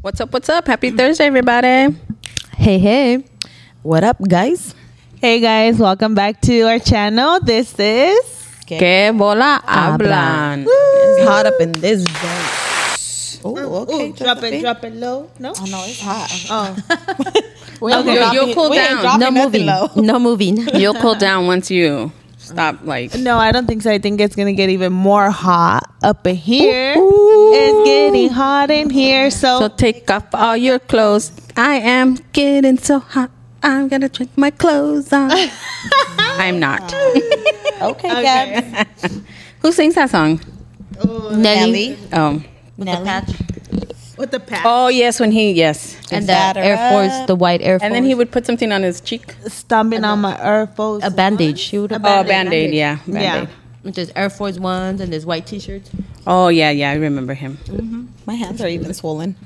What's up? What's up? Happy Thursday, everybody. Hey, hey. What up, guys? Hey, guys. Welcome back to our channel. This is. Que bola hablan. It's hot up in this joint. Oh, okay. Ooh, drop it, drop it low. No? Oh, no, it's hot. Okay, you'll cool down. No moving. No moving. You'll cool down once you stop. Like No, I don't think so. I think it's going to get even more hot up in here. It's getting hot in here. So, so, take off all your clothes. I am getting so hot. I'm gonna take my clothes off. I'm not. Okay, Okay. Gabs. Who sings that song? Nelly. Oh, With the patch. with the pack. oh yes, when he yes, and that batter Air Force, up. the white Air Force, and then he would put something on his cheek. Stomping Oh, on my earphones. a bandage. He would have Oh, band aid. Yeah, Yeah. band aid. There's Air Force ones and there's white T-shirts. Oh yeah, yeah, I remember him. My hands are even swollen.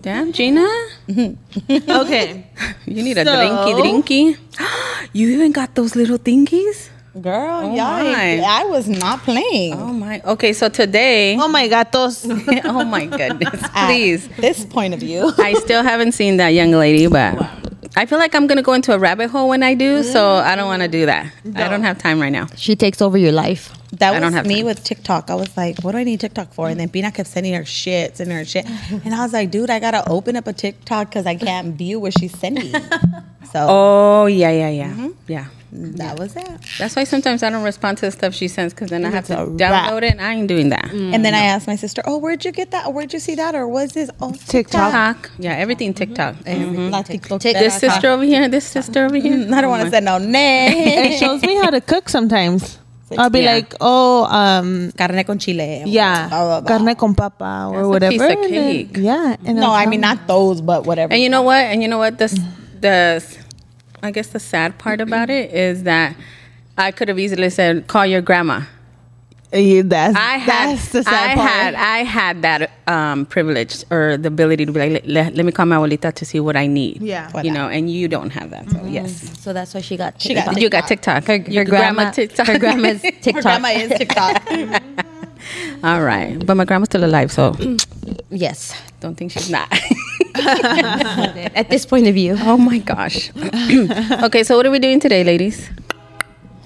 Damn, Gina, Okay. you need a So- drinky drinky. you even got those little thingies. Girl, Oh, y'all, ain't- my. I was not playing. Oh my. Okay, so today. Oh, my gatos. oh my goodness! Ah. Please. At this point of view. I still haven't seen that young lady, but I feel like I'm gonna go into a rabbit hole when I do, so I don't want to do that. I don't have time right now. She takes over your life. That I was don't have me time. with TikTok. I was like, what do I need TikTok for? And then Bina kept sending her shit, sending her shit. And I was like, dude, I gotta open up a TikTok because I can't view what she's sending. So Oh yeah, yeah, yeah, yeah. that was it. That's why sometimes I don't respond to the stuff she sends because then I have to It's a download wrap. Mm. it, and I ain't doing that. And then I asked my sister, oh, where'd you get that? Or where'd you see that? Or was this? Oh, TikTok. TikTok, Mm-hmm. yeah, everything TikTok. Mm-hmm. Not TikTok. This sister over here, this sister over here. Mm-hmm. I don't want to say no name. It shows me how to cook sometimes. I'll be Yeah. like, oh, um, Carne con chile. yeah, Blah, blah, blah. carne con papa or That's a whatever. piece of and then- cake. yeah. And No, I'll I tell mean, not those, but whatever. And you know what? And you know what? This the I guess the sad part about it is that I could have easily said, "Call your grandma." Yeah, that's, I had, that's the sad I part. had, I had that um, privilege or the ability to be like, let, let, let me call my abuelita to see what I need. Yeah. you know, and you don't have that. So yes, So that's why she got. She got you got TikTok. Her, your grandma. TikTok. Her grandma's TikTok. her grandma is TikTok. All right, but my grandma's still alive, so Yes. don't think she's not. At this point of view, oh my gosh. okay, so what are we doing today, ladies?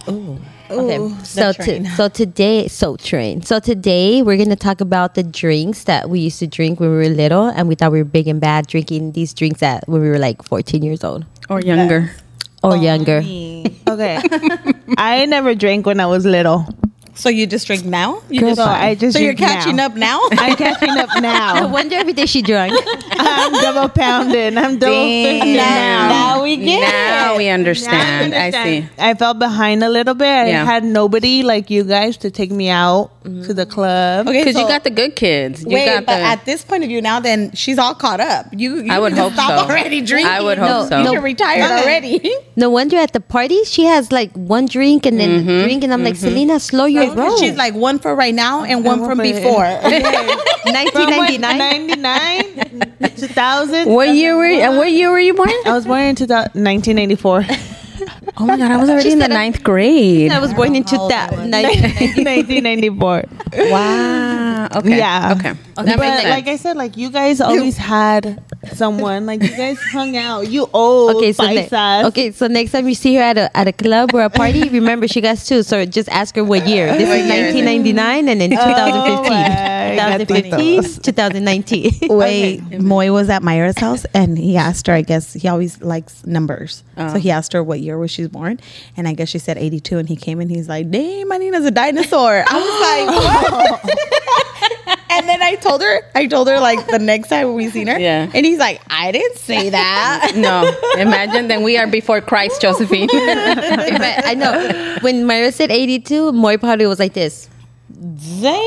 okay. So train. to, so today, so train. So today we're gonna talk about the drinks that we used to drink when we were little, and we thought we were big and bad drinking these drinks that when we were like 14 years old Or younger? Oh, or younger. Okay. I never drank when I was little. so you just drink now? You so I just so you're drink catching now. up now? I'm catching up I now. wonder every day she drank. I'm double pounding. I'm double fifty now. Now, now we get now it. we understand. I see. I fell behind a little bit. I Yeah. had nobody like you guys to take me out to the club. Okay, Because so- you got the good kids. You Wait, got but the. at this point of view now, then she's all caught up. You, you I would need to hope stop so. already drinking. I would hope No, so. no. You're retired already. No wonder at the party she has like one drink and then drink, and I'm like, Selena, slow your roll. Mm-hmm. She's like one for right now and one, one from for- before. 1999. 99, 2000. what year were you? And what year were you born? I was born in 2000, 1984. Oh my god, I was already in the said I'm- ninth grade. I was born in 2000. 1994. Wow. Okay. Yeah. Okay. But, That But makes sense. like I said, like you guys always had someone. Like you guys hung out. You old Okay, okay, so ne- okay, so next time you see her at a at a club or a party, remember she got two. So just ask her what year. This is 1999 and then 2015, 2015, 2019. Wait, Moy was at Myra's house and he asked her, I guess he always likes numbers. So he asked her what year was she born. And I guess she said 82. And he came and he's like, dang, my Nina's a dinosaur. I was like, what? and then I told her, I told her like the next time we seen her. Yeah. And he's like, I didn't say that. no, imagine then we are before Christ, Josephine. but I know when Myra said 82, Moy probably was like this. Damn.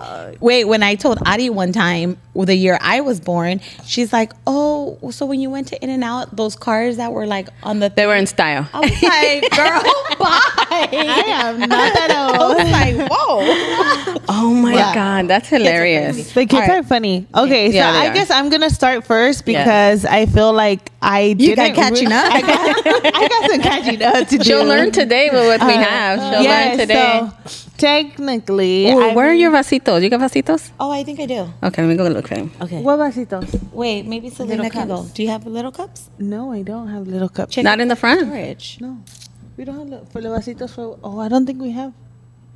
Uh, Wait, when I told Adi one time well, the year I was born, she's like, "Oh, so when you went to In and Out, those cars that were like on the they were in style. I was like, "Girl, bye." I am not that I old. was like, "Whoa." Oh my Yeah. god, that's hilarious. The kids All right. are funny. Okay, Yeah, so they I are. guess I'm gonna start first Yeah. because I feel like I You got didn't catching up. I got, I got some catching up to do. She'll learn today with what we have. She'll yeah, learn today. Uh, So Technically, Ooh, I where are mean- your vasitos? You got vasitos? Oh, I think I do. Okay, let me go look for them. Okay. What vasitos? Wait, maybe Selena can go. Do you have little cups? No, I don't have little cups. Check Not in the front. Storage. No, we don't have little, for the vasitos. For, oh, I don't think we have.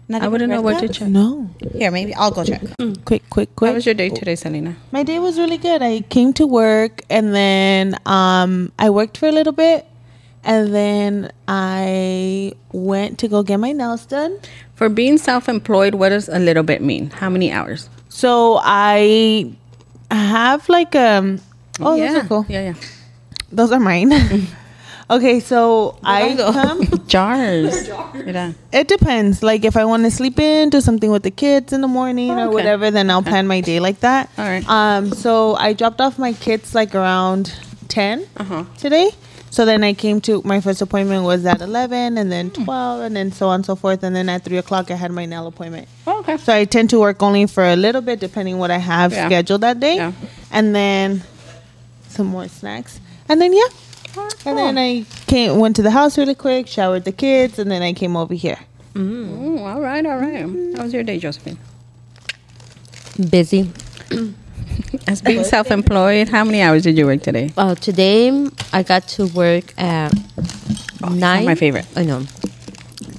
Not I even wouldn't know red where to cups? check. No. Here, maybe I'll go check. Quick, quick, Hmm. How quick. was your day today, Selena? My day was really good. I came to work and then um, I worked for a little bit and then I went to go get my nails done. For being self-employed, what does a little bit mean? How many hours? So I have like um oh yeah. those are cool. Yeah, Those are mine. okay, so I come yeah. Jars. Yeah. It depends. Like if I want to sleep in, do something with the kids in the morning Oh, or okay. whatever, then I'll plan my day like that. All right. Um. So I dropped off my kids like around 10 Uh-huh. today. So then I came to my first appointment was at eleven, and then Hmm. twelve, and then so on and so forth. And then at three o'clock, I had my nail appointment. Oh, okay. So I tend to work only for a little bit, depending what I have Yeah. scheduled that day, Yeah. and then some more snacks, and then yeah. Oh, And then I came, went to the house really quick, showered the kids, and then I came over here. Ooh, all right, all right. How was your day, Josephine? Busy. As being self-employed, how many hours did you work today? Uh, today I got to work at nine. my favorite. I know.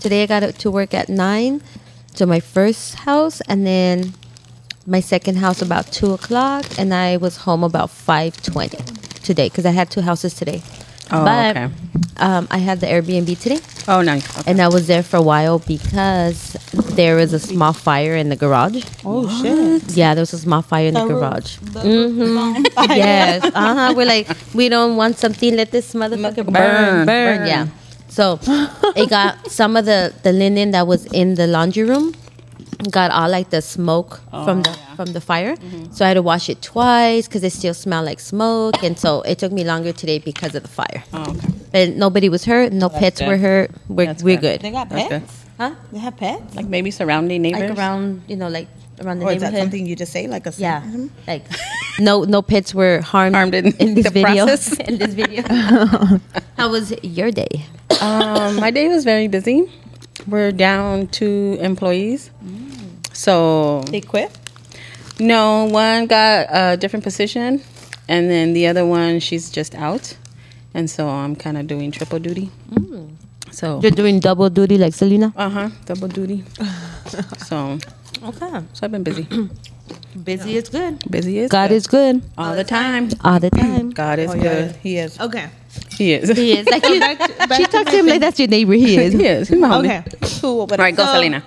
Today I got to work at nine to my first house, and then my second house about two o'clock, and I was home about five twenty today because I had two houses today. Oh, but okay. um, I had the Airbnb today, Oh, nice. Okay. and I was there for a while because there was a small fire in the garage. Oh shit! Yeah, there was a small fire in the, roof- garage. Mhm. yes. Uh huh. We're like, we don't want something. Let this motherfucker burn, Burn, burn, burn. Yeah. So it got some of the the linen that was in the laundry room got all like the smoke from the from the fire. So I had to wash it twice because it still smelled like smoke, and so it took me longer today because of the fire. Oh, okay. But nobody was hurt. No pets good. were hurt. We're That's we're good. good. They got That's pets. good. Huh? They have pets. Like maybe surrounding neighbors. Like around you know like around the Or is that neighborhood. something you just say, like a Mm-hmm. Yeah, like no no pets were harmed, Harmed in in, this the video. process. in this video, how was your day? um, my day was very busy. We're down two employees. So They quit. No, one got a different position, and then the other one she's just out, and so I'm kind of doing triple duty. So You're doing double duty like Selena. uh huh, double duty. so Okay, so I've been busy. busy is good. busy is God good. is good all the time. all the time. God is good. He is. Okay. He is. He is like you. back she to talked my to him like that's your neighbor. He is. He is. He's my homie. Okay. Cool. All right, go, So, Selena.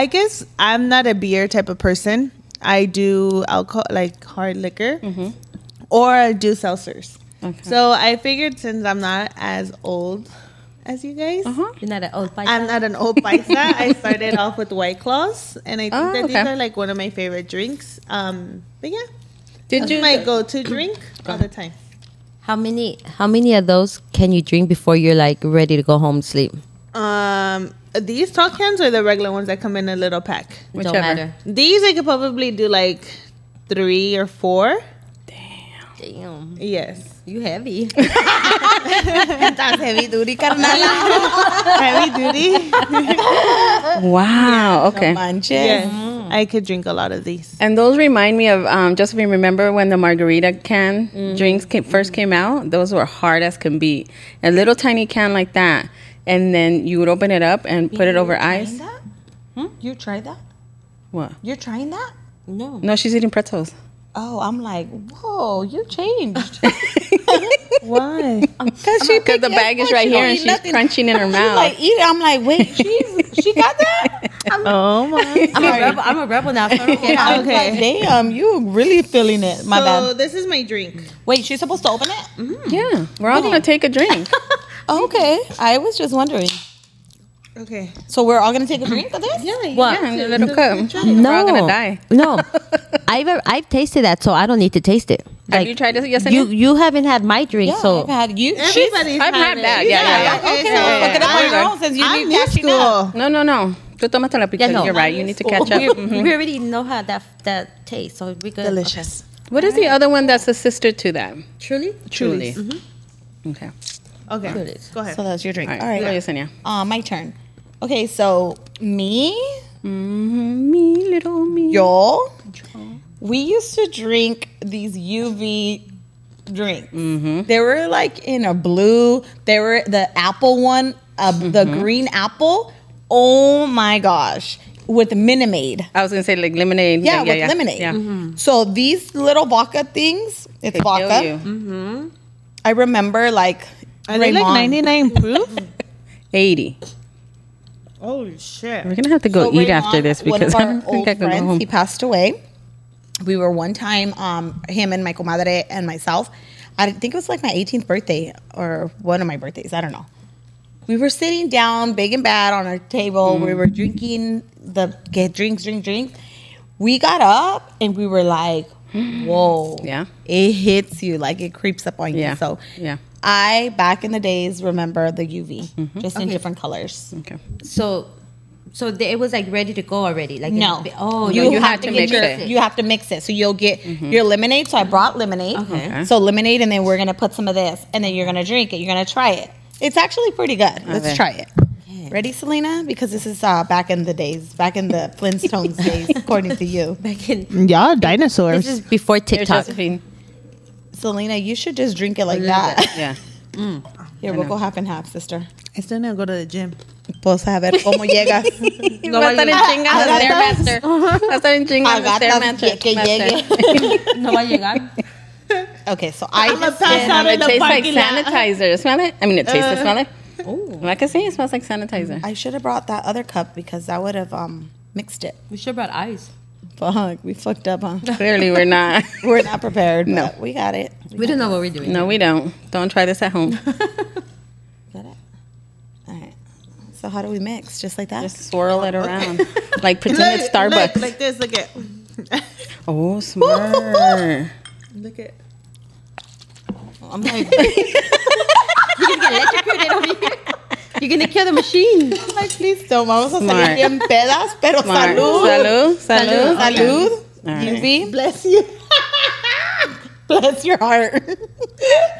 I guess I'm not a beer type of person. I do alcohol, like hard liquor, or I do seltzers. Mm-hmm. Okay. So I figured since I'm not as old as you guys, Uh-huh. You're not an old paisa. I'm not an old paisa. I started off with White Claws, and I think Oh, that these okay. are like one of my favorite drinks. Um, but yeah, Did this is you? my go-to drink all the time. how many how many of those can you drink before you're like ready to go home sleep? Um, these tall cans are the regular ones that come in a little pack. Whichever. Don't matter. These I could probably do like three or four. Damn, Yes, you heavy. That's heavy duty, carnal. heavy duty. wow. Okay. Manches. Yes, I could drink a lot of these. And those remind me of um, Josephine. Remember when the margarita can drinks came, first came out? Those were hard as can be. A little tiny can like that, and then you would open it up and put it over ice. Hmm? That? You tried that? What? You're trying that? No, No, she's eating pretzels. Oh, I'm like, whoa, you changed. Why? Cause she, cause the bag is right She here, don't and eat she's nothing. crunching in her mouth. like, eat it. I'm like, wait, she, she got that? I'm oh my. I'm a rebel. I'm a rebel now. so I don't care. I was Okay. like, damn, you really feeling it. My so bad. this is my drink. Wait, she's supposed to open it? yeah, we're all gonna take a drink. Mm-hmm. Okay. I was just wondering. Okay. So we're all gonna take a drink of this? Yeah. Well, Mm-hmm. yeah, in a little cup. No, We're all gonna die. no, I've I've tasted that, so I don't need to taste it. Have you tried this yesterday? You you haven't had my drink, so so I've had you. she's- Everybody's I've had it. that. Yeah, yeah, yeah. Okay, Okay, well, fuck it up so on your I- own since you I'm need new catching up. school. no, no, no. Tú tómatela because no. you're right. You need to catch up. we, we already know how that that tastes. So we good. Delicious. What is the other one that's a sister to that? Okay. Truly, Truly. Okay. Okay. Go ahead. So that's your drink. All right. All right. Go, Yesenia. Uh, my turn. Okay, so me, Mm-hmm, me, little me. Y'all, we used to drink these UV drinks. Mm-hmm. They were like in a blue. They were the apple one, uh, the Mm-hmm. green apple. Oh my gosh, with Minimade. I was gonna say like lemonade. Mm-hmm. Yeah, with lemonade. Yeah. Mm-hmm. So these little vodka things, it's They vodka. kill you. I remember like Are they like Raymond. 99 proof? Eighty. Holy shit. We're gonna have to go So eat Raymond, after this one of because I our don't think old I can go friends, home. He passed away. We were one time, um, him and my comadre and myself. I think it was like my 18th birthday or one of my birthdays. I don't know. We were sitting down, big and bad, on our table. We were drinking the get drinks, drink, drink. We got up and we were like, "Whoa!" Yeah. it hits you like it creeps up on you. Yeah. So Yeah. I back in the days remember the UV, Mm-hmm. just in different colors. Okay. So, so the, it was like ready to go already. Like No. it- oh, You no, had have to get mix your- it. You have to mix it. So you'll get your lemonade. So I brought lemonade. Okay. Okay. So lemonade, and then we're gonna put some of this, and then you're gonna drink it. You're gonna try it. It's actually pretty good. Let's Okay. try it. Ready, Selena? Because this is uh, back in the days, back in the Flintstones days, according to you. Back in, Y'all this dinosaurs. is before Here's TikTok. Josephine. Selena, you should just drink it like little that. Yeah. Here, we'll go half and half, sister. I still need to go to the gym. Pues a ver cómo llegas. No, va a estar en chinga de Stairmaster. Va a estar en chinga de Agatas que- que Stairmaster. llegue. No va a llegar. Okay, so I just pass did- out in It the tastes like parking lot. sanitizer. Smell it? I mean, it tastes. Uh, smell it. Like I say, it smells like sanitizer. I should have brought that other cup because I would have um mixed it. We should have brought eyes. Fuck, we fucked up, huh? Clearly, we're not. We're not prepared. No, we got it. We don't know what we're doing. No, we don't. Don't try this at home. Got it. All right. So how do we mix? Just like that? Just swirl it around, like pretend it's Starbucks. Look, like this. Look at. oh, smart. Look at. I'm like, You're gonna get electrocuted over here. You're gonna kill the machine. I'm like, please don't. Vamos a Smart. salir bien pedas, pero Smart. salud. Salud. Salud. Salud. All right. You be. Bless you. Bless your heart.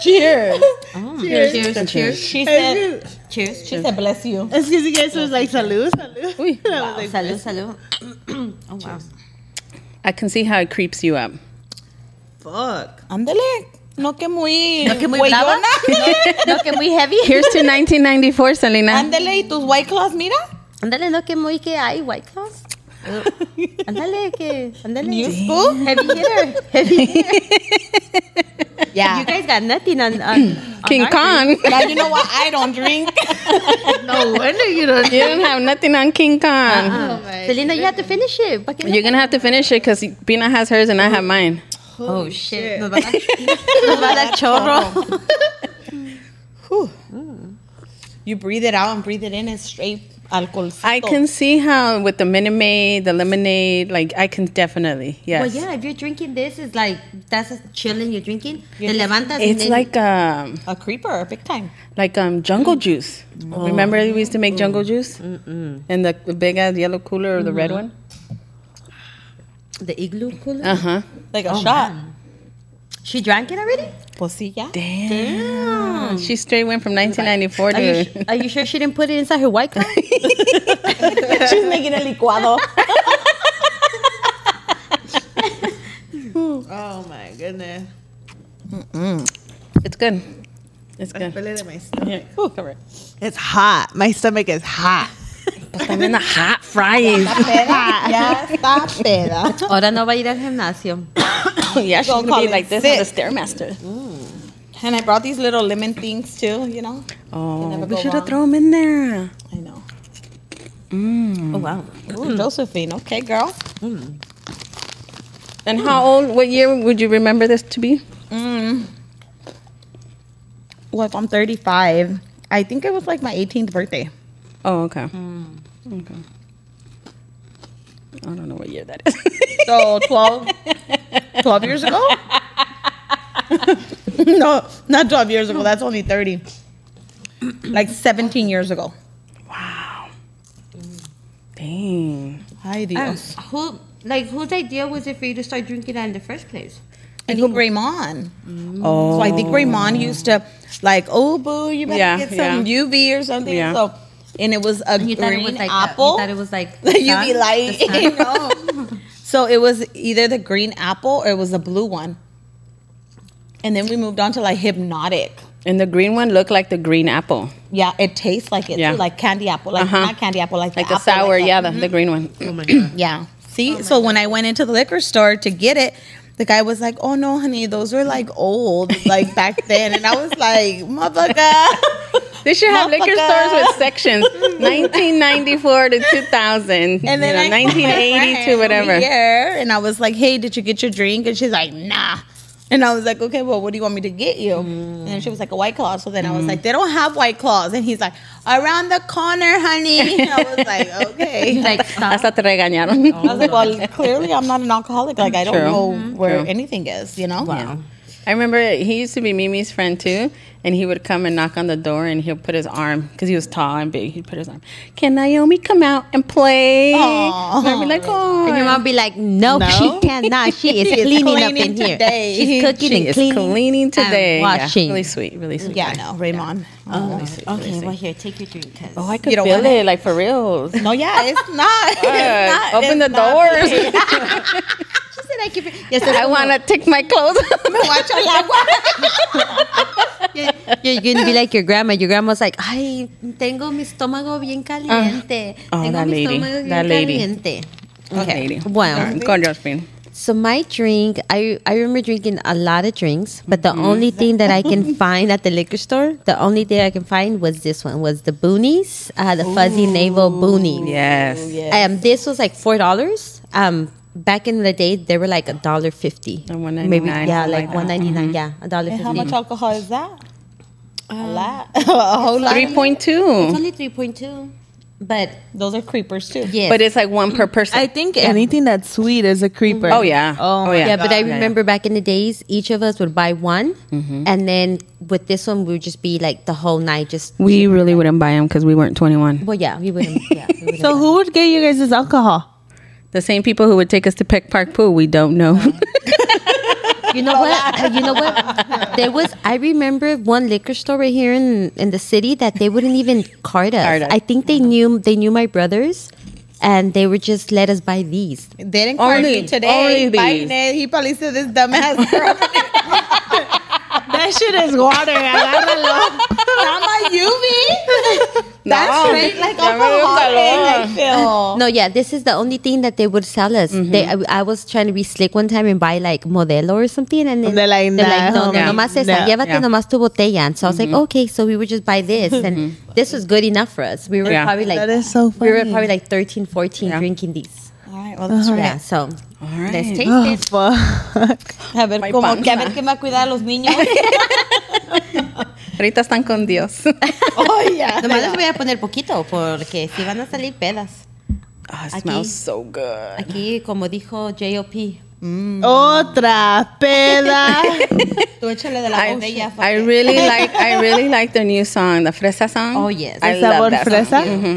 Cheers. Cheers. Cheers. Cheers. She said, Cheers. she said, bless you. Excuse me, guys. It was like salud, salud. I was like, Salud, salud. oh, wow. I can see how it creeps you up. fuck. Ándale. No que muy. No que muy brava. No, que muy heavy. Here's to 1994, Selena. Ándale. Y tus white claws, mira. Ándale, no, que muy que hay, White Claws. Ándale, que. Ándale. Useful. Heavy hitter. Heavy hitter. Yeah. You guys got nothing on. on on King our Kong. now you know why I don't drink. No wonder you don't. You don't have nothing on King Kong. group. Ah. Selena, you have to finish it. Fucking- You're gonna have to finish it because Bina has hers and I have mine. Oh shit. Oh, Nos va a dar- nos va a dar chorro. You breathe it out and breathe it in. It's straight alcohol. Oh. I can see how with the Minute Maid, the lemonade, like I can definitely yes. Well, yeah, if you're drinking this, it's like that's a chilling. You're drinking. Te levantas. and It's then- like um a creeper, big time. like um jungle juice. Oh. Remember we used to make jungle juice and the, the big ass yellow cooler or the red Mm-hmm. one. the igloo cooler. Uh huh. Like a shot. She drank it already. Oh, Pues sí, ya. Damn. She straight went from 1994 Are you, to. su- are you sure she didn't put it inside her white cup? She's making a licuado. Oh my goodness. It's good. It's I good. feel it in my stomach. Yeah. Correct. It's hot. My stomach is hot. But I'm in the hot fries. ya está peda. Ahora no va a ir al gimnasio. yeah, she's Don't gonna call be it Mm. like this on the stairmaster. And I brought these little lemon things too, you know? Oh, never we go should have thrown wrong. them in there. I know. Mm. Oh wow. Josephine, okay, girl. And how old? What year would you remember this to be? Mm. Well, if I'm 35, I think it was like my 18th birthday. Oh, okay. Hmm. Okay. I don't know what year that is. So 12, 12 years ago? no, not 12 years ago. That's only 30. Like 17 years ago. Mm. Dang. Ay, Dios. Who like whose idea was it for you to start drinking that in the first place? Oh, I think Raymond. So I think Raymond used to like, oh boo, you better Yeah, get some yeah. UV or something. Yeah. So and it was a You thought it green was like apple. You thought it was like the you be sun? like, The sun? no. So it was either the green apple or it was the blue one. And then we moved on to like hypnotic. And the green one looked like the green apple, Yeah, it tastes like it Yeah. too, like candy apple, like Uh-huh. not candy apple, like, like the the apple, Mm-hmm. sour. like yeah, the, the green one. Oh my god. yeah. Oh See, so when I went into the liquor store to get it, the guy was like, "Oh no, honey, those were like old, like back then," and I was like, "Motherfucker." They should have liquor Motherfucker. stores with sections 1994 to 2000, and And then you know, I called my 1980 to friend whatever. over here, and I was like, "Hey, did you get your drink?" And she's like, "Nah." And I was like, "Okay, well, what do you want me to get you?" Mm. And then she was like, "A white claw." So then Mm-hmm. I was like, "They don't have white claws." And he's like, "Around the corner, honey." And I was like, "Okay." Like stop. Hasta te regañaron. I was like, "Well, clearly I'm not an alcoholic. Like I don't True. Mm-hmm. know where True. anything is, you know." Yeah. I remember he used to be Mimi's friend too, and he would come and knock on the door, and he'll put his arm because he was tall and big. He'd put his arm. Can Naomi come out and play? Aw. And I'd be like, oh, And your mom be like, no, she cannot. She is She is cleaning up cleaning in here. today. She's cooking she and is cleaning, cleaning today. and Yeah, washing. really sweet, really sweet. Yeah, guy. no, Raymond. really sweet, really okay, sweet. well here, take your drink. 'cause- Oh, I could You don't feel want it? it, like for real. No, yeah, it's not. it's not Open the it's not. doors. She said I can. Yes, I want to take my clothes off. Watch out, like, what? you're, you're gonna be like your grandma. Your grandma's like, ay, tengo mi estómago bien caliente. Oh, tengo that mi lady. estómago That bien lady. caliente. Okay. Wow. Con Josephine. So my drink, I I remember drinking a lot of drinks, but Mm. the only thing that I can find at the liquor store, the only thing I can find was this one, was the boonies, uh, the fuzzy navel boonies. Yes. Um, this was like four dollars. Um, back in the day, they were like a dollar fifty, Or $1.99, maybe yeah, something like like that. Mm-hmm. one ninety nine, yeah, a dollar How much fifty. alcohol is that? a lot. a whole lot. Three point two. It's only three point two, but Those are creepers too. yeah, But it's like one per person. I think anything that's sweet is a creeper. Oh, yeah. Oh, Oh, my yeah. yeah, but I Yeah, yeah. remember back in the days, each of us would buy one, Mm-hmm. and then with this one, we would just be like the whole night, just we really wouldn't buy them because we weren't 21. well, yeah, we wouldn't. Yeah, we wouldn't So who would get you guys this alcohol? The same people who would take us to Peck Park Pool, we don't know. You know what? Uh, You know what? There was. I remember one liquor store right here in in the city that they wouldn't even card us. Card us. I think they knew they knew my brothers, and they would just let us buy these. They didn't call Only- me today. only biting these. it. He probably said this dumbass girl. That shit is water. Agárralo. Not my UV. That's No. straight like Ya me dio alcohol. calor. and I Oh. feel. No, yeah, this is the only thing that they would sell us. Mm-hmm. They, I, I was trying to be slick one time and buy like Modelo or something, and then They're like, "Nah, no, no, homie, nomás esa, nah." llévate Yeah. Mm-hmm. nomás tu botella. And so I was like, okay, so we would just buy this, and this was good enough for us. We were Yeah. probably like, That is so We were funny. probably like 13, 14 Yeah. drinking these. All right, well, that's Yeah, so right. let's taste Oh, it. fuck. A ver, My como que a panza. ver que me cuida a los niños. Ahorita están con Dios. oh, yeah. Nomás les voy a poner poquito porque si van a salir pedas. Oh, it smells so good. Aquí, como dijo JOP, Otra peda. Tú échale de la I, botella. I really like I really like the new song, the Fresa song. Oh, yes. Mm. I Is love that Mm-hmm. one that fresa?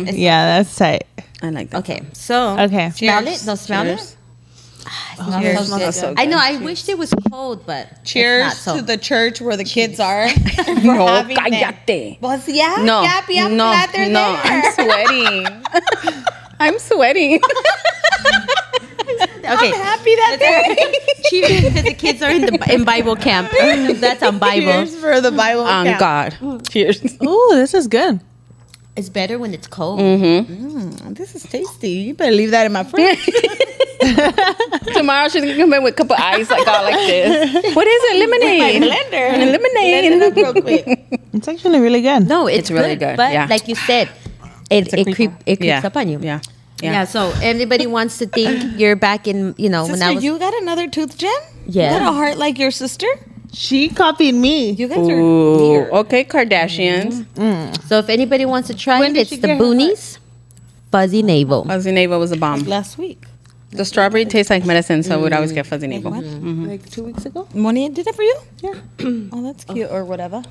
song. Yeah, that's tight. I like that. Okay, so Okay. smell it. No, smell Cheers. it. Ah, it smells so Cheers. good. So good. I know. I wish it was cold, but it's not, Cheers so. to the church where the kids are. song. for No, having Oh, them. cállate. Well, yeah, No, yeah, be- I'm no, glad they're no. there. I'm sweating. I'm sweating. okay. I'm happy that they're Cheers because the kids are in the in Bible camp. That's on Bible. Cheers for the Bible. On camp. God. Cheers. Ooh, this is good. It's better when it's cold. Mm. Mm-hmm. This is tasty. You better leave that in my fridge. Tomorrow she's gonna come in with a couple of ice like all like this. What is it? Lemonade. blender. Lemonade. Blend it up real quick. It's actually really good. No, it's, It's really good, But yeah. like you said, it it creep it creeps up on you. Yeah. yeah. So anybody wants to think you're back in you know when Sister, I was you got another tooth gem? Yeah. You got a heart like your sister? She copied me. You guys are Ooh, weird. Mm-hmm. okay, Kardashians. So if anybody wants to try When it, did it's she the get her Boonies Fuzzy Navel. Fuzzy Navel was a bomb. Last week. The strawberry tastes like medicine, so I would always get Fuzzy Navel. Mm-hmm. Mm-hmm. Like two weeks ago? Monia did that for you? Yeah. Oh, that's cute. Or whatever.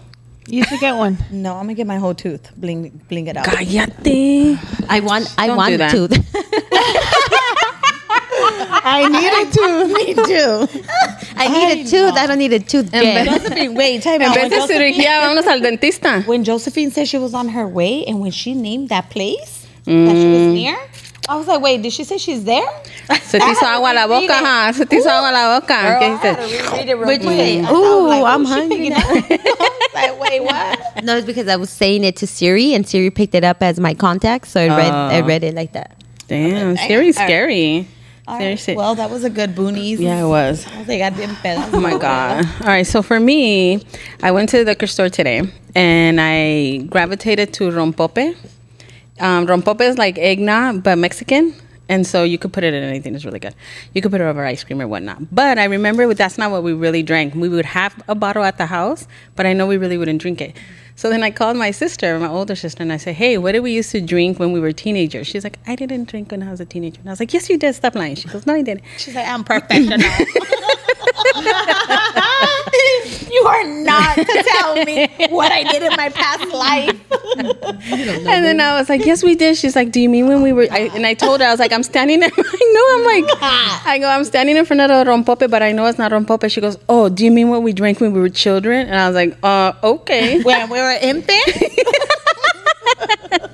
You should get one. No, I'm going to get my whole tooth. Bling, bling it out. Cállate. I want I Don't want do the that. tooth. I need it too. Me too. I needed tooth. I don't need a toothpick. Josephine, wait, time En out. vez When, de Joseph- cirugía, vámonos al dentista. when Josephine said she was on her way, and when she named that place that she was near, I was like, wait, did she say she's there? Mm. Se te hizo agua la boca, ajá. Se te hizo agua la boca. ¿Qué dices? But wait, Ooh, I'm hungry. like, wait, what? No, it's because I was saying it to Siri, and Siri picked it up as my contact, so I read I Oh. read it like that. Damn, Siri's scary. Seriously. Well, that was a good boonies. Yeah, it was. I was like, I didn't Oh my god! All right, so for me, I went to the liquor store today, and I gravitated to rompope. Um, rompope is like eggnog, but Mexican, and so you could put it in anything. It's really good. You could put it over ice cream or whatnot. But I remember that's not what we really drank. We would have a bottle at the house, but I know we really wouldn't drink it. So then I called my sister, my older sister, and I said, "Hey, what did we used to drink when we were teenagers?" She's like, "I didn't drink when I was a teenager." And I was like, "Yes, you did. Stop lying." She goes, "No, I didn't." She's like, I'm professional. you are not to tell me what I did in my past life. And then I was like, "Yes, we did." She's like, "Do you mean when we were?" I, and I told her, I was like, "I'm standing." In, I know I'm like, I go, "I'm standing in front of the rompope, but I know it's not rompope." She goes, "Oh, do you mean what we drank when we were children?" And I was like, "Uh, okay." When we were infants?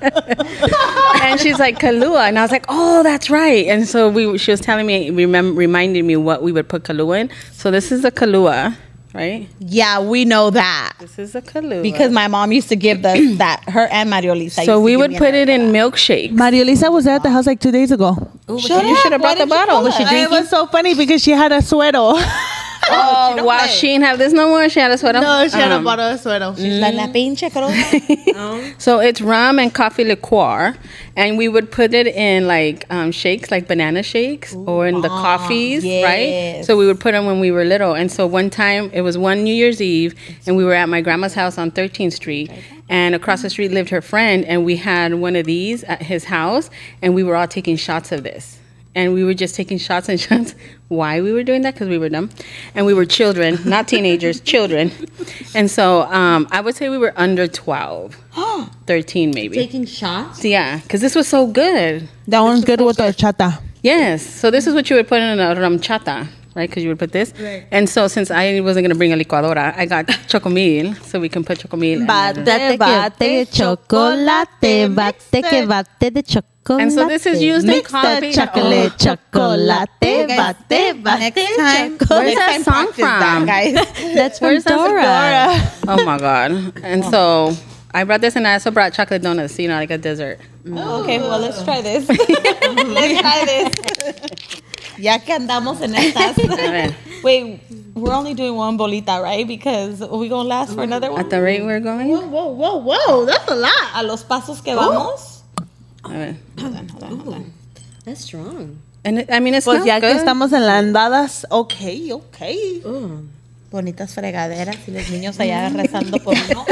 and she's like, "Kahlua," and I was like, "Oh, that's right." And so we, she was telling me, remem- reminding me what we would put Kahlua in. So this is a Kahlua, right? Yeah, we know that. This is a Kahlua. Because my mom used to give the that her and Mario Lisa. so we would put it in milkshake. Maria Lisa was there at the house like two days ago. you should have brought the bottle. Was she It was so funny because she had a suero. Oh, wow, she didn't have this no more. She had a sweater. Um, bottle of suero. like la pinche cosa. So it's rum and coffee liqueur, and we would put it in like um, shakes, like banana shakes, or in the coffees, right? yes. So we would put them when we were little. And so one time, it was one New Year's Eve, and we were at my grandma's house on 13th Street, and across the street lived her friend, and we had one of these at his house, and we were all taking shots of this. And we were just taking shots and shots. Why we were doing that? Because we were dumb, and we were children, not teenagers, children. And so um, I would say we were under twelve. 13 maybe. Taking shots. yeah, because this was so good. That one's good with the chata. Yes. So this is what you would put in a ramchata, right? Because you would put this. Right. And so since I wasn't going to bring a licuadora, I got chocomil, so we can put chocomil. in there. Bate, bate, chocolate, bate, que bate de chocolate. And so this is used Oh. in Mix the coffee. chocolate, chocolate, Guys, bate, bate, next time- Where's chocolate. that time song practice that, from? guys. That's from Where's that Dora. oh my God. And so I brought this and I also brought chocolate donuts, you know, like a dessert. okay, well let's try this. let's try this. Ya que andamos en estas. ver. Wait, we're only doing one bolita, right? Because we gonna last for another one. At the rate we're going? All Whoa, whoa, whoa! That's a lot. A los pasos que vamos. right. That's strong. And it, I mean, it's Pues smells ya que good. estamos en las andadas, okay, okay. Bonitas fregaderas y los niños allá rezando por uno.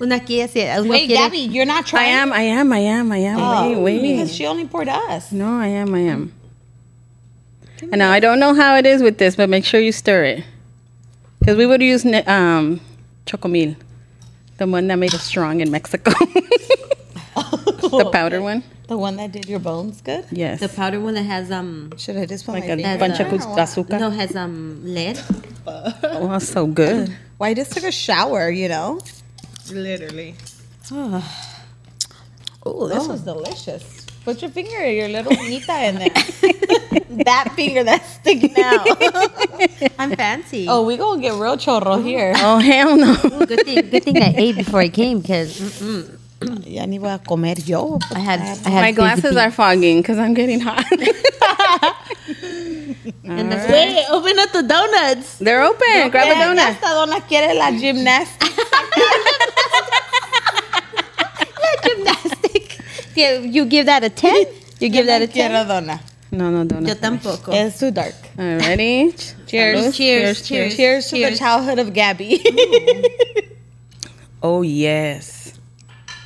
Una quiere, hacer- uno Wait, quiere Gabby, you're not I trying. am, I am, I am, I am. Oh, wait, wait. Because she only poured us. No, I am. I am. And now I don't know how it is with this, but make sure you stir it, because we would use ne- um, chocomil, the one that made us strong in Mexico, the Oh, powder one. The one that did your bones good. Yes, the powder one that has um Should I just put like my a finger? bunch of That's cus- azúcar. no has um lead. Oh, that's so good. Why I just took a shower? You know. Literally. Oh, this was delicious. Put your finger, your little bonita in there. that finger that's sticking out. Mm-hmm. I'm fancy. oh, we gonna get real chorro here. Oh hell no! Good thing, good thing I ate before I came because Ya ni voy a comer yo. I had I had My glasses are fogging because I'm getting hot. And that's why open up the donuts. They're open. Grab a Eh, donut. Esta dona quiere la gymnast. gymnastic. Yeah, you give that a ten. You give that a ten. Quiero dona. No, no donut. tampoco. It's too dark. Alrighty. Cheers. Salud. Cheers, Cheers, cheers, to the childhood of Gabby. Oh yes,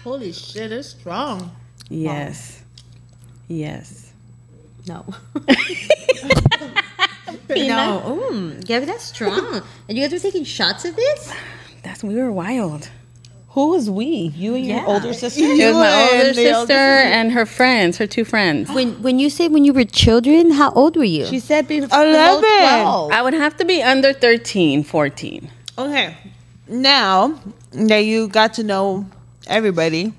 Holy shit, it's strong. yes, yes. No. no. Mm, Gabby, that's strong. And you guys were taking shots of this? That's we were wild. Who was we? You and your older sister. It was my older and the sister older and her friends, her two friends. When when you say when you were children, how old were you? She said be- below 11. twelve. I would have to be under 13, 14. Okay. Now that you got to know everybody,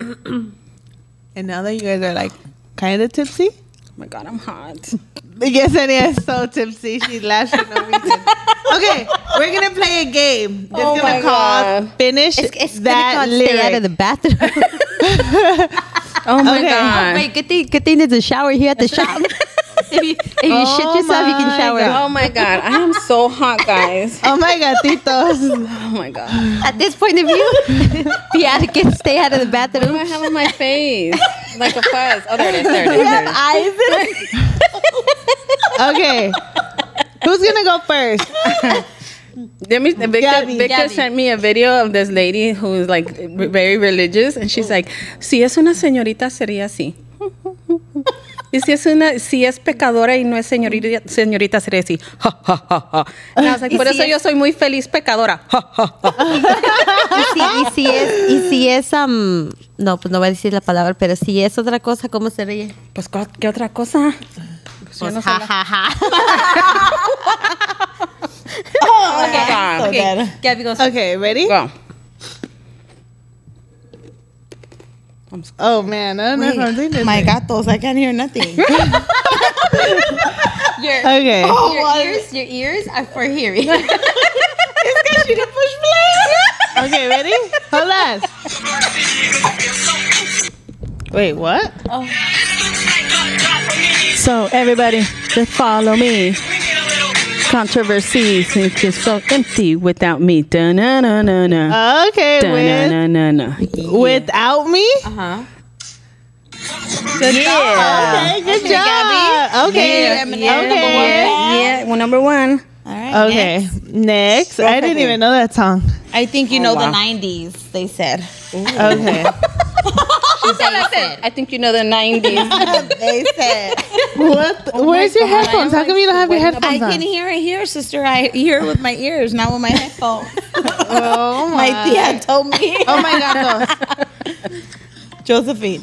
and now that you guys are like kind of tipsy. Oh my God, I'm hot. Yes, and yes, so tipsy. She's laughing no reason. Okay, we're gonna play a game. It's Oh gonna my call God. finish It's, it's that gonna call lyric. stay out of the bathroom. Oh my Okay. God. Wait, good thing good thing there's a shower here at the shop. if you, if you Oh shit yourself, you my can shower Oh my God. I am so hot, guys. Oh my gatitos! Oh my God. at this point of view. be out of kids, stay out of the What do I bathroom. have on my face? Like a fuzz. Oh, there it is. There it is. There it is. Eyes. okay, who's gonna go first? Let me, Victor, Gabby. Victor Gabby. sent me a video of this lady who's like r- very religious, and she's like, "Si es una señorita sería así." Y si es una, si es pecadora y no es señorita, señorita sería así. Ja, ja, ja, ja. And I was like, Y Por si eso es- yo soy muy feliz pecadora. Ja, ja, ja. Y si, y si es, y si es, um, no, pues no voy a decir la palabra, pero si es otra cosa, ¿cómo se ríe? Pues ¿cu- qué otra cosa. Pues, yo Pues, no sé ja, la- ja, ja. Oh my God. Okay. Okay. Gabby goes, Okay, ready? Go. Oh man, I don't know if I'm doing this. My gatos, I can't hear nothing. your, Okay. Oh, your ears, your ears are for hearing. Okay, ready? Hold on. Wait, what? So everybody, just follow me. Controversy seems just so empty without me. Da na na na Ah, na. Okay, Da na pues. with, na na na. without me? Uh-huh. Okay, good job. Okay. Okay. Yeah, well, number one. All right. Okay. Next. I didn't even know that song. I think you know the 90s, they said. Okay. I think you know the 90s. they said. What? the- where's your headphones? How come you don't have your I headphones can on? hear it here, sister. I hear it with my ears, not with my headphones. Oh my my. tia told me. Oh my god. Josephine.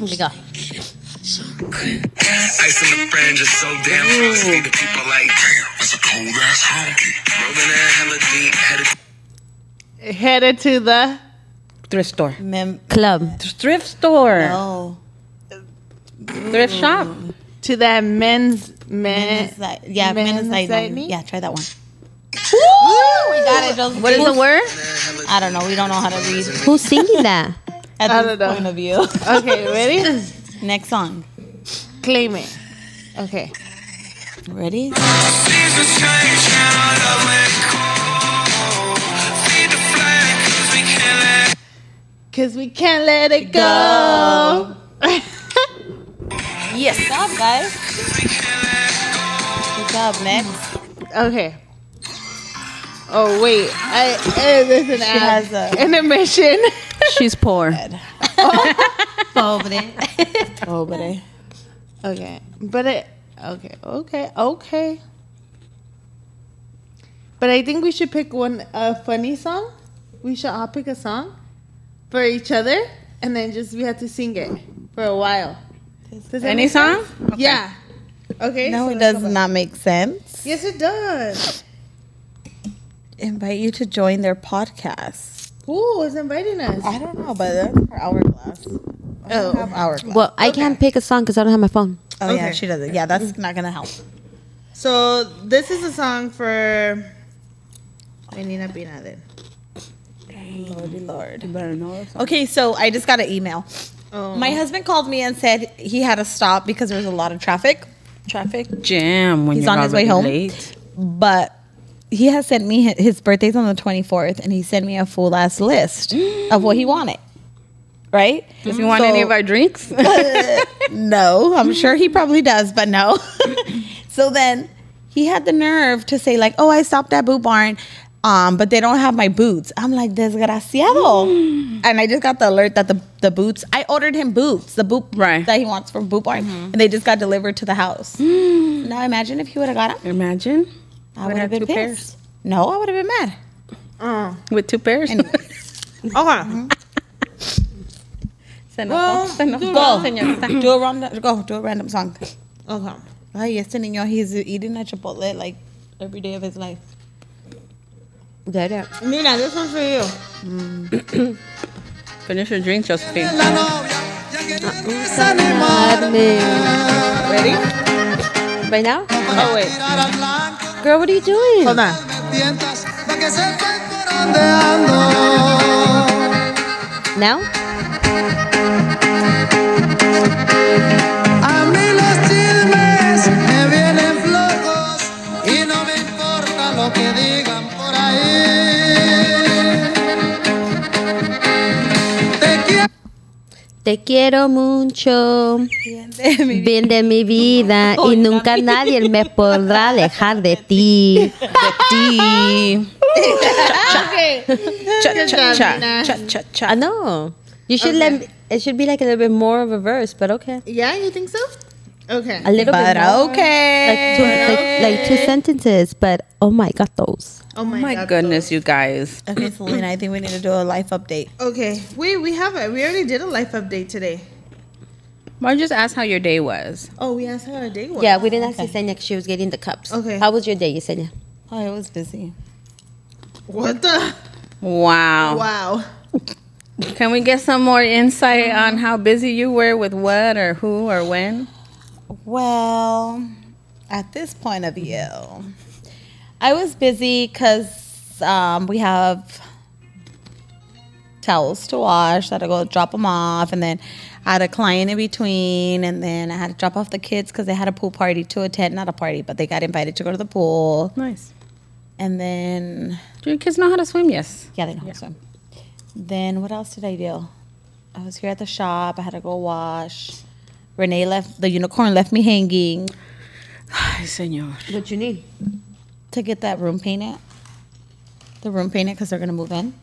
Ice on the fringe is so damn frosty. The people like, damn, that's a cold ass honky. Rolling in hella deep, headed Headed to the Thrift store. Mem- Club. Thrift store. oh, Thrift shop. to that men's men. men's side. Yeah, men's men's side. side only. knee? Yeah, try that one. Woo! We got it, Josephine. What is the word? I don't know. We don't know how to read Who's singing that? at I don't this know. point of view. Okay, ready? Next song. Claim it. Okay. Ready? Seasons change now, love and cold. Feed the flame, 'cause we can't let Cause we can't let it go. Good job, guys. Good job, next. Okay. Oh wait, I eh, there's an She ad. has a Intermission. She's poor. Pobre. oh, but I Okay, but it. Okay, okay, okay. But I think we should pick one a funny song. We should all pick a song for each other, and then just we have to sing it for a while. Does that Any make song? sense? Yeah. Okay. no, so it let's does go back. not make sense. Yes, it does. Invite you to join their podcast. Who was inviting us? I don't know, but that's for hourglass. Oh, have hourglass. Well, I can't pick a song because I don't have my phone. Oh yeah, Okay. she doesn't. Yeah, that's not gonna help. So this is a song for Menina Pina then. Lordy Lord. Okay, so I just got an email. Oh. My husband called me and said he had to stop because there was a lot of traffic, Traffic jam when He's you're on his way already home. late. but he has sent me hi- his birthday's on the 24th and he sent me a full ass list of what he wanted. Right? If you want So- any of our drinks, No, I'm sure he probably does, but no. so then he had the nerve to say like, "Oh, I stopped at Boot Barn, um, but they don't have my boots." I'm like, "Desgraciado!" and I just got the alert that the the boots. I ordered him boots, the boot Right. Mm-hmm. that he wants from Boot Barn, and they just got delivered to the house. now imagine if he would have got them, imagine I Would've would had have been two pairs. pissed. No, I would have been mad. Oh. with two pairs. Anyway, Okay. Se enojó, se enojó, go. señorita. Mm. do a random. Go do a random song. Okay. Ay, este niño, he's eating a chipotle like every day of his life. That it. Nina, this one's for you. Finish your drink, Josephine. Ready? Right now? Oh wait. Girl, what are you doing? Hold on. Now? A mí los chismes me vienen flojos y no me importa lo que digan por ahí. Te quiero. Te quiero mucho. Bien de mi vida. Y nunca nadie me podrá dejar de ti. D. Okay. Cha, cha, cha, Nina. cha, cha, cha. I know. You should let me, it should be like a little bit more of a verse, but okay. Yeah, you think so? Okay. A little But bit more. okay. Like two, like, like two sentences, but oh my god, those. Oh my, My God. goodness, you guys. Okay, Selena, I think we need to do a life update. Okay. Wait, we have it. We already did a life update today. Well, just ask how your day was. Oh, we asked how our day was. Yeah, we didn't ask Yesenia 'cause she was getting the cups. Okay. How was your day, Yesenia? Oh, it was busy. What the? Wow. Wow. Can we get some more insight on how busy you were with what or who or when? Well, at this point of view, I was busy because um, we have towels to wash. I had to go drop them off, and then I had a client in between, and then I had to drop off the kids because they had a pool party to attend. Not a party, but they got invited to go to the pool, Nice. and then Do your kids know how to swim? Yes. yeah, they know how to swim. Then what else did I do? I was here at the shop. I had to go wash. Renee left the unicorn left me hanging. Ay, señor. What you need? to get that room painted. The room painted because they're gonna move in.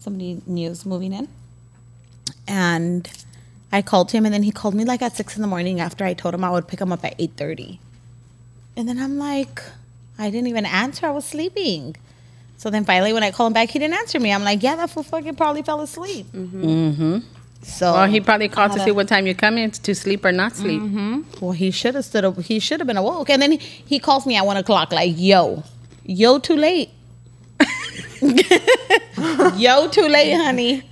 Somebody new is moving in, and I called him, and then he called me like at six in the morning after I told him I would pick him up at eight thirty, and then I'm like, I didn't even answer. I was sleeping. So then finally, when I called him back, he didn't answer me. I'm like, yeah, that fool fucking probably fell asleep. Mm-hmm. So Well, he probably called to Gotta- see what time you come in to sleep or not sleep. Well, he should have stood up. He should have been awoke. And then he, he calls me at one o'clock, like, yo, yo, too late. yo, too late, honey.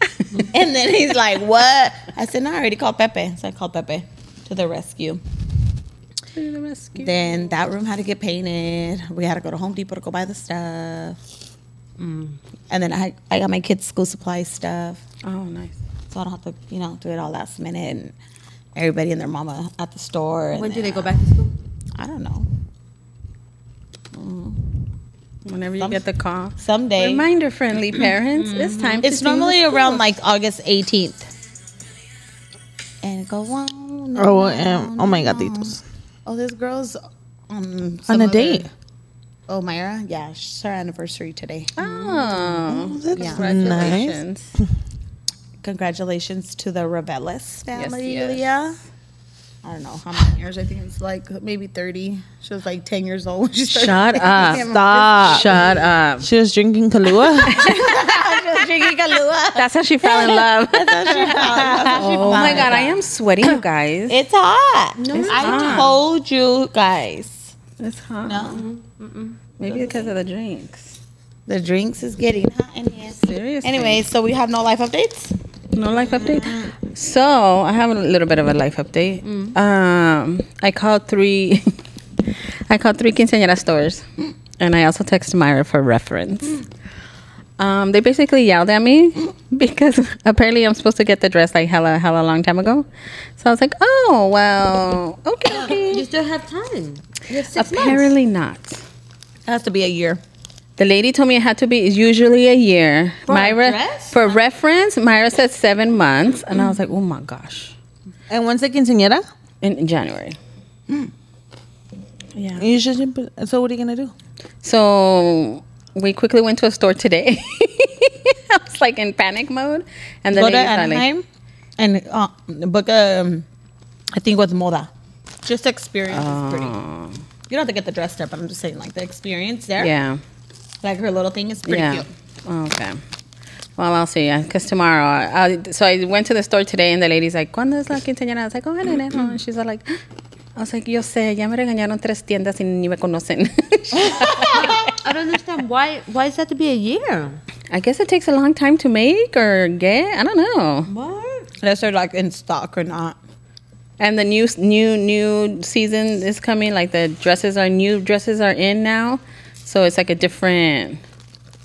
and then he's like, what? I said, no, I already called Pepe. So I called Pepe to the rescue. To the rescue. Then that room had to get painted. We had to go to Home Depot to go buy the stuff. Mm. And then I, I got my kids' school supply stuff. Oh, nice. So I don't have to, you know, do it all last minute. And everybody and their mama at the store. And When do then- they go back to school? I don't know. Whenever you get the call. Someday. Reminder, friendly Mm-hmm. parents, it's time. It's to do normally the around like August 18th. And go on. Oh, um, oh my gatitos. Oh, this girl's um, On some a other- date. Oh, Myra? Yeah, it's her anniversary today. Oh, That's nice. congratulations. Congratulations to the Revellis family, yes. Leah. I don't know how many years. I think it's like maybe 30. She was like 10 years old when she started. Shut up. Stop. Shut up. She was drinking Kahlua. She was drinking Kahlua. That's how she fell in love. oh my god, I am sweating, you guys. It's hot. No, It's I hot. told you guys. It's hot. No. Maybe because of the drinks. The drinks is getting hot in here. Seriously. Anyway, so we have no life updates? no life update. So I have a little bit of a life update. Mm. Um, I called three. I called three quinceañera stores, and I also texted Myra for reference. Um, they basically yelled at me because apparently I'm supposed to get the dress like hella hella long time ago. So I was like, oh well, okay. okay. You still have time. You have six months. Apparently not. It has to be a year. The lady told me it had to be is usually a year. a Myra, dress? Mm. for reference, Myra said seven months, and I was like, oh my gosh, and once the quinceañera, in, in January. Yeah. you shouldn't. put- So what are you gonna do? So we quickly went to a store today. I was like in panic mode, and the Go to lady like, Anaheim and uh, book a, um, I think with Moda. Just the experience is pretty. You don't have to get the dress there, but I'm just saying, like the experience there, yeah, like her little thing is pretty yeah, cute. okay. Well, I'll see. Because tomorrow, I, I- so I went to the store today, and the lady's like, "¿Cuándo es la quinceañera?" I was like, "Oh, en enero." And she's all like, I was like, "Yo sé, ya me regañaron tres tiendas y ni me conocen." I don't understand why. Why is that to be a year? I guess it takes a long time to make or get. I don't know. What? Unless they're like in stock or not. And the new, new, new season is coming. Like the dresses are new. Dresses are in now, so it's like a different.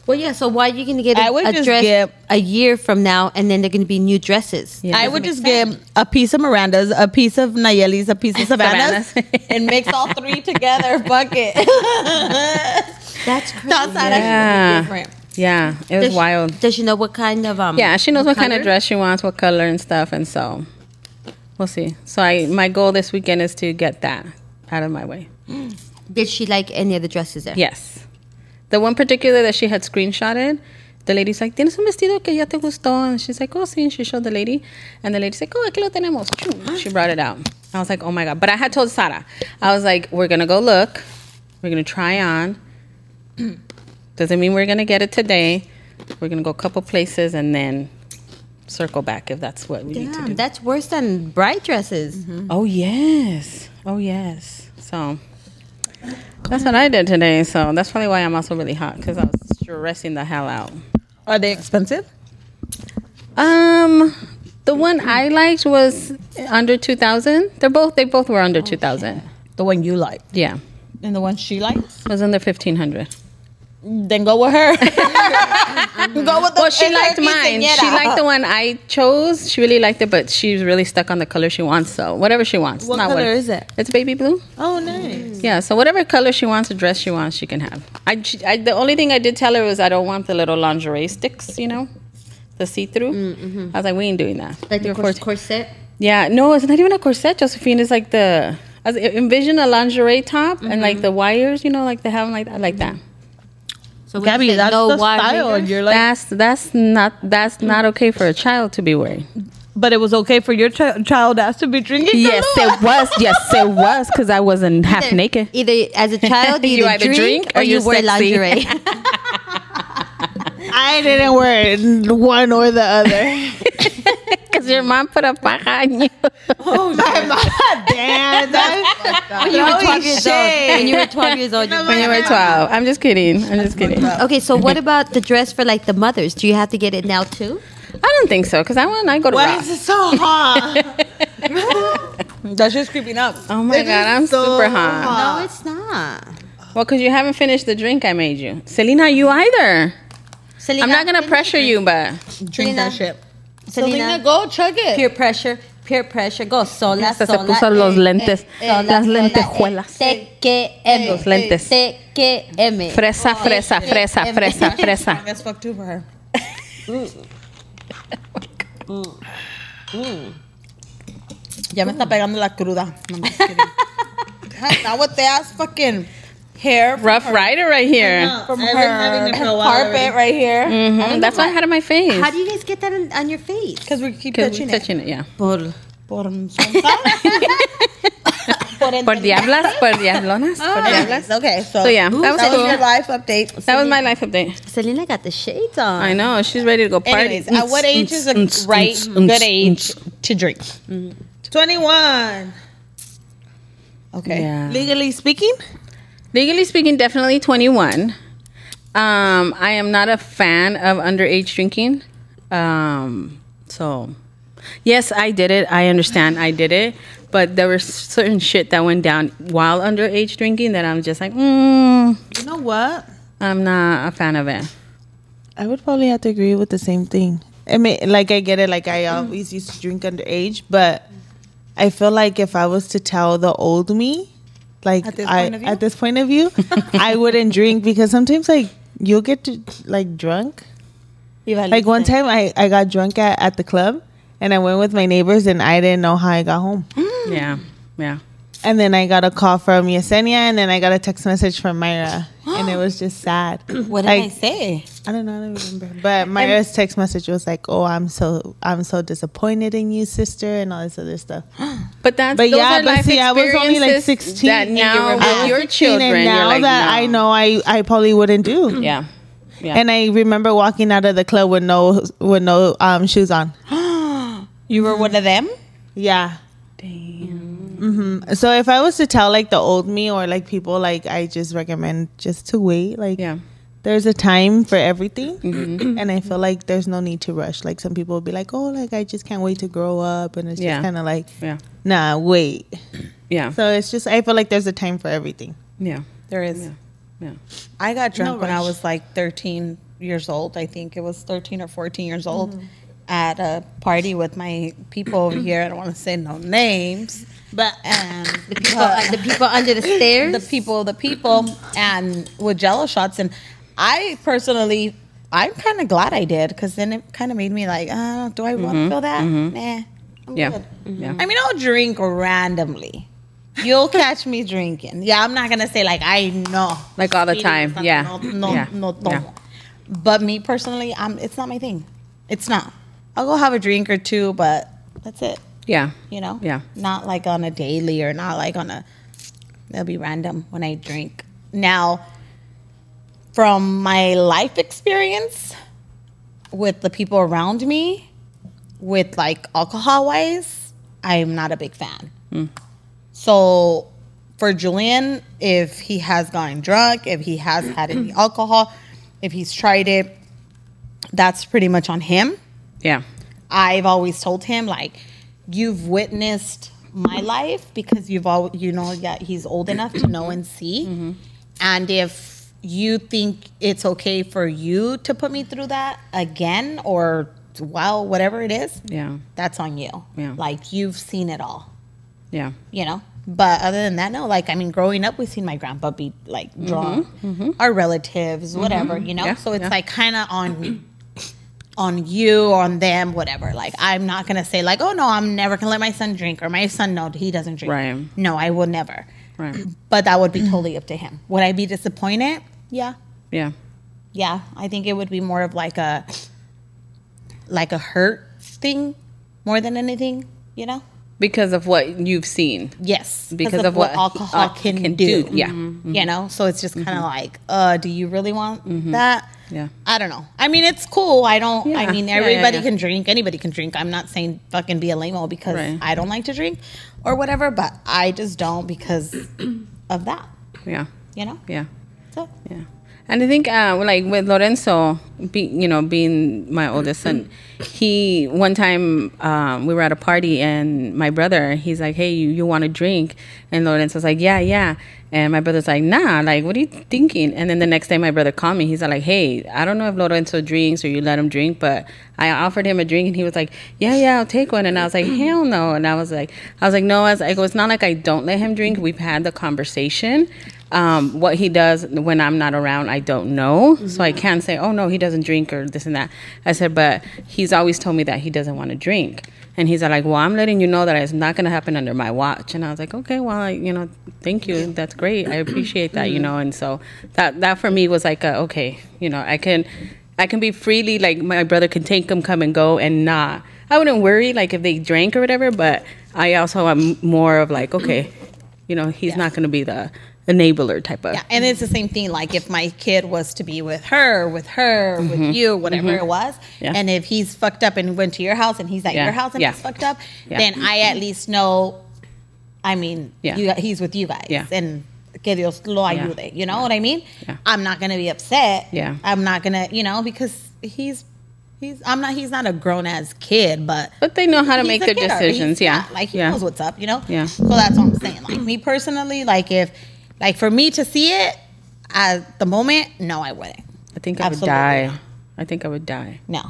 Well, yeah. So why are you gonna get I a, would a just dress give- a year from now, and then they're gonna be new dresses? Yeah. I would just give a piece of Miranda's, a piece of Nayeli's, a piece of Savannah's, Savannah's. and mix all three together. Fuck it. That's crazy. That's not Yeah. actually different. Yeah, it was Does she- wild. does she know what kind of um? Yeah, she knows what, kind of color? dress she wants, what color and stuff, and so we'll see. So I my goal this weekend is to get that out of my way. Did she like any of the dresses there? Yes. The one particular that she had screenshotted, the lady's like, ¿Tienes un vestido que ya te gustó? And she's like, oh, sí. And she showed the lady. And the lady's like, oh, aquí lo tenemos. Ah. Choo. She brought it out. I was like, oh my God. But I had told Sara, I was like, we're going to go look. We're going to try on. Doesn't mean we're going to get it today. We're going to go a couple places and then circle back if that's what we need to do. Damn, that's worse than bride dresses. Oh yes. Oh yes. So that's what I did today. So that's probably why I'm also really hot because I was stressing the hell out. Are they expensive? Um, the one I liked was under two thousand. They're both. They both were Oh, under two thousand. The one you like Yeah, and the one she likes. it was under fifteen hundred. Then go with her. go with the. Well, she it's liked her mine. She quinceañera. liked the one I chose. She really liked it, but she's really stuck on the color she wants. So whatever she wants. What color is it? It's baby blue. Oh, nice. Yeah, so whatever color she wants, a dress she wants, she can have. I, she- I the only thing I did tell her was I don't want the little lingerie sticks, you know, the see through. I was Mm, mm-hmm. like, we ain't doing that. Like the You're cors- 14 corset. yeah, no, it's not even a corset, Josephine. It's like the as envision a lingerie top and like the wires, you know, like they have like that, like that. So when you Gabby, said that's the wide style. fingers, You're like, that's that's not that's not okay for a child to be wearing. but it was okay for your chi- child ass to be drinking. Yes, it was. Yes, it was because I wasn't half either- naked. Either as a child, you, either drink, or you you're wear sexy. lingerie. I didn't wear it, one or the other. Because your mom put a paja on you. Oh, Damn, that's when you were twelve years old. When you were twelve years old. you- when you were 12. I'm just kidding. I'm just kidding. I Okay, so what about the dress for like the mothers? Do you have to get it now too? don't think so because I want I go to why Ross. is it so hot? That's just creeping up. Oh my god, I'm super hot. No, it's not. Well, because you haven't finished the drink I made you, Selena. You either. Selena, I'm not gonna pressure you, but Drink that shit. Selena, go chug it. peer pressure, peer pressure. Go sola, hasta se sola. Eh, puso los lentes, sola, las sola, lentejuelas, eh, TKM. Los lentes. TKM. Oh, fresa, fresa, fresa, fresa, fresa. That's fuck too for her. Ya me está pegando la cruda. No, I'm just kidding. God, Not with the ass fucking hair from Rough Rider right here. from I've been having it her for a while carpet already. right here. Mhm, That's why I had it on my face. How do you guys get that on, on your face? Because we keep Because we're touching, touching it, yeah. Por it. Por Por Por diablas, por diablonas, Oh, por Ah. diablas. Okay, so, So yeah, that was that was cool. your life update. That was my life update. Selena got the shades on. I know she's ready to go party. Anyways, at what age is a right good age Mm-hmm. to drink? 21. Okay. Yeah. Legally speaking? Legally speaking, definitely 21. Um, I am not a fan of underage drinking. Um, so, yes, I did it. I understand I did it. But there was certain shit that went down while underage drinking that I'm just like, mm, You know what? I'm not a fan of it. I would probably have to agree with the same thing. I mean, like I get it. Like I Mm-hmm. always used to drink underage, but I feel like if I was to tell the old me, like At this I point of view? at this point of view, I wouldn't drink because sometimes like you'll get to like drunk. Like one time, I I got drunk at at the club, and I went with my neighbors, and I didn't know how I got home. Yeah. Yeah. And then I got a call from Yesenia, and then I got a text message from Myra, and it was just sad. What did Like- I say? I don't know, I don't remember. But Myra's text message was like, "Oh, I'm so I'm so disappointed in you, sister," and all this other stuff. But that's But those yeah, are but life see, I was only, like, experiences 16 That and now I was with your 16, children, and now you're like, that no. I know, I I probably wouldn't do. Yeah. Yeah. And I remember walking out of the club with no with no um, shoes on. You were one of them? Yeah. Damn. hmm So if I was to tell like the old me or like people, like I just recommend just to wait. Like Yeah. there's a time for everything, Mm-hmm. and I feel like there's no need to rush. Like some people will be like, oh, like I just can't wait to grow up, and it's Yeah. just kind of like, Yeah. nah, wait. Yeah. So it's just I feel like there's a time for everything. yeah. There is. Yeah. I got drunk when I rush. was like 13 years old. I think it was 13 or 14 years old at a party with my people over here. I don't want to say no names, But and The people, uh, the people under the stairs. the people, the people, and with Jello shots. And I personally, I'm kind of glad I did because then it kind of made me like, uh, do I want to feel that? Nah, I'm Mm-hmm. Yeah. good. Mm-hmm. Yeah. I mean, I'll drink randomly. You'll catch me drinking. Yeah, I'm not gonna say like I know, Like all the Feeling time. something. Yeah. No, no, Yeah. no, no. Yeah. But me personally, um, it's not my thing. It's not. I'll go have a drink or two, but that's it. Yeah. You know. Yeah. Not like on a daily or not like on a. It'll be random when I drink. Now, from my life experience with the people around me, with like alcohol wise, I'm not a big fan. So for Julian, if he has gotten drunk, if he has had any alcohol, if he's tried it, that's pretty much on him. Yeah. I've always told him like you've witnessed my life because you've all you know yeah he's old enough to know and see and if you think it's okay for you to put me through that again or well whatever it is Yeah. that's on you Yeah. like you've seen it all Yeah. you know. But other than that, no. Like I mean, growing up, we've seen my grandpa be like drunk, our relatives, whatever, you know. Mm-hmm. Yeah, so it's yeah. like kind of on, on you, on them, whatever. Like I'm not gonna say like, oh no, I'm never gonna let my son drink or my son no, he doesn't drink. Right. Mm. No, I will never. Right. But that would be totally up to him. Would I be disappointed? Yeah, Yeah. yeah. I think it would be more of like a, like a hurt thing, more than anything, you know. Because of what you've seen. Yes, Because of what alcohol he- uh, can, can do. do, Mm-hmm. yeah. you know. So it's just kind of like, uh, do you really want Mm-hmm. that? Yeah. I don't know. I mean, it's cool. I don't. I Yeah. mean, Yeah, yeah, everybody yeah. can drink. Anybody can drink. I'm not saying fucking be a lame because Right. I don't like to drink or whatever. But I just don't because of that. Yeah. You know. Yeah. So Yeah. And I think, uh, like with Lorenzo, be, you know, being my oldest son, he one time um, we were at a party and my brother, he's like, "Hey, you, you want a drink?" And Lorenzo's like, "Yeah, yeah." And my brother's like, "Nah, like, what are you thinking?" And then the next day, my brother called me. He's like, "Hey, I don't know if Lorenzo drinks or you let him drink, but I offered him a drink, and he was like, "Yeah, yeah, I'll take one." And I was like, "Hell no!" And I was like, "I was like, no." I was like, "It's not like I don't let him drink. We've had the conversation." um, what he does when I'm not around, I don't know. So I can't say, oh no, he doesn't drink or this and that. I said, but he's always told me that he doesn't want to drink. And he's like, well, I'm letting you know that it's not going to happen under my watch. And I was like, okay, well, I, you know, thank you. That's great. I appreciate that, you know. And so that, that for me was like, a, okay, you know, I can, I can be freely, like my brother can take them, come and go and not. I wouldn't worry like if they drank or whatever, but I also am more of like, okay, you know, he's not going to be the enabler type of. yeah, and it's the same thing. Like if my kid was to be with her, with her, with you, whatever it was, Mm-hmm. Yeah. and if he's fucked up and went to your house and he's at Yeah, your house and yeah. he's fucked up, Yeah. then I at least know. I mean, Yeah. you, he's with you guys, Yeah. and que Dios lo ayude. You know what I mean? Yeah. I'm not gonna be upset. Yeah. I'm not gonna, you know, because he's. He's, I'm not. He's not a grown ass kid, but But they know how to he's make a their kid already. decisions. He's Yeah. not- like he yeah. knows what's up, you know. Yeah. So that's what I'm saying. Like me personally, like if, like for me to see it at the moment, no, I wouldn't. I think I would Absolutely die. not. I think I would die. No.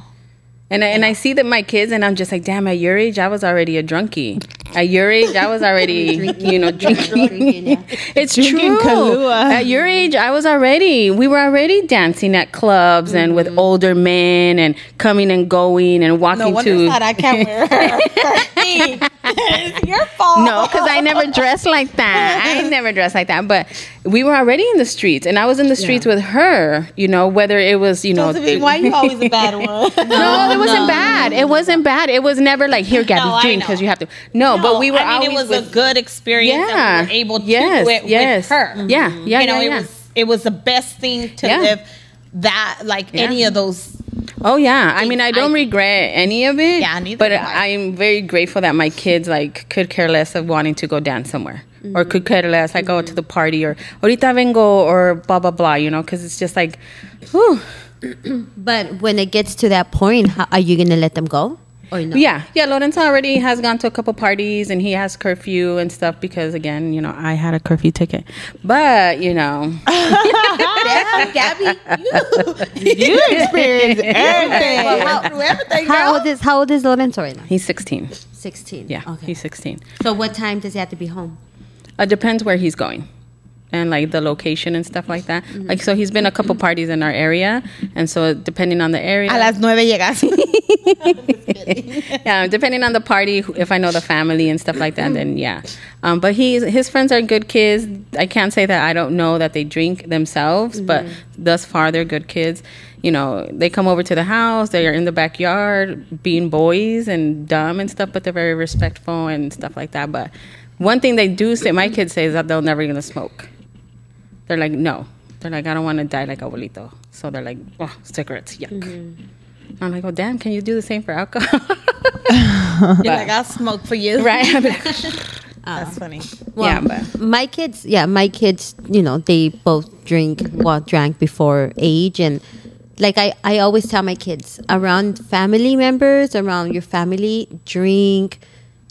And I, and I see that my kids, and I'm just like, damn, at your age, I was already a drunkie. At your age, I was already, you know, drinking. Drinking, yeah. it's true. Drinking Kahlua. At your age, I was already, we were already dancing at clubs and with older men and coming and going and walking Mm-hmm. No wonder to. that I can't wear her. it's your fault. No, because I never dressed like that. I never dressed like that. But we were already in the streets, and I was in the streets with her. You know, whether it was you know. Josephine, why you always a bad one? no, it wasn't bad. It wasn't bad. It was never like here, Gabby, No, I drink know. because you have to. No, but we were I mean, always it was with. a good experience. Yeah. yeah, That we were able to yes, do it yes, with Yeah, her. yeah, you know, yeah, yeah. it was it was the best thing to Yeah. live that like any of those. Oh yeah, I mean I don't I- regret any of it. Yeah, neither But do I. I'm very grateful that my kids like could care less of wanting to go dance somewhere, or could care less I go to the party or ahorita vengo or blah blah blah. You know, because it's just like, whew. But when it gets to that point, how, are you gonna let them go or no? yeah, yeah. Lorenzo already has gone to a couple parties and he has curfew and stuff because again, you know, I had a curfew ticket. But you know, Damn, Gabby, You experience everything. through everything, How girl. old is How old is Lorenzo right now? he's 16. Sixteen. Yeah, Okay. he's 16. So what time does he have to be home? It depends where he's going and like the location and stuff like that. Like, so he's been a couple parties in our area. And so, depending on the area, A las nueve llegas. yeah, depending on the party, who- if I know the family and stuff like that, then yeah. Um, but he's, his friends are good kids. I can't say that I don't know that they drink themselves, but thus far, they're good kids. You know, they come over to the house, they are in the backyard being boys and dumb and stuff, but they're very respectful and stuff like that. But one thing they do say, my kids say, is that they're never going to smoke. They're like, no. They're like, I don't want to die like abuelito. So they're like, oh, cigarettes, yuck. I'm like, oh, damn, can you do the same for alcohol? You're like, I'll smoke for you. right? I'm like, That's funny. yeah, but my kids yeah my kids you know they both drink well drank before age and like I, I always tell my kids around family members around your family drink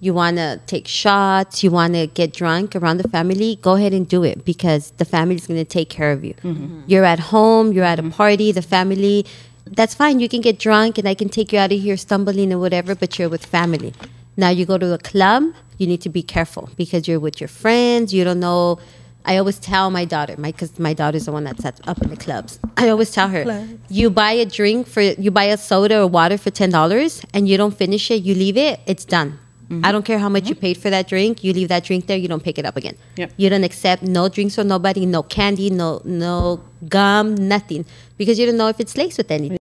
you want to take shots you want to get drunk around the family go ahead and do it because the family's going to take care of you Mm-hmm. you're at home you're at a party the family that's fine you can get drunk and i can take you out of here stumbling and whatever but you're with family now you go to a club, you need to be careful because you're with your friends. You don't know. I always tell my daughter, my because my daughter's the one that's at, up in the clubs. I always tell her, you buy a drink for you buy a soda or water for ten dollars, and you don't finish it, you leave it, it's done. I don't care how much you paid for that drink. You leave that drink there. You don't pick it up again. Yep. You don't accept no drinks from nobody, no candy, no no gum, nothing, because you don't know if it's laced with anything.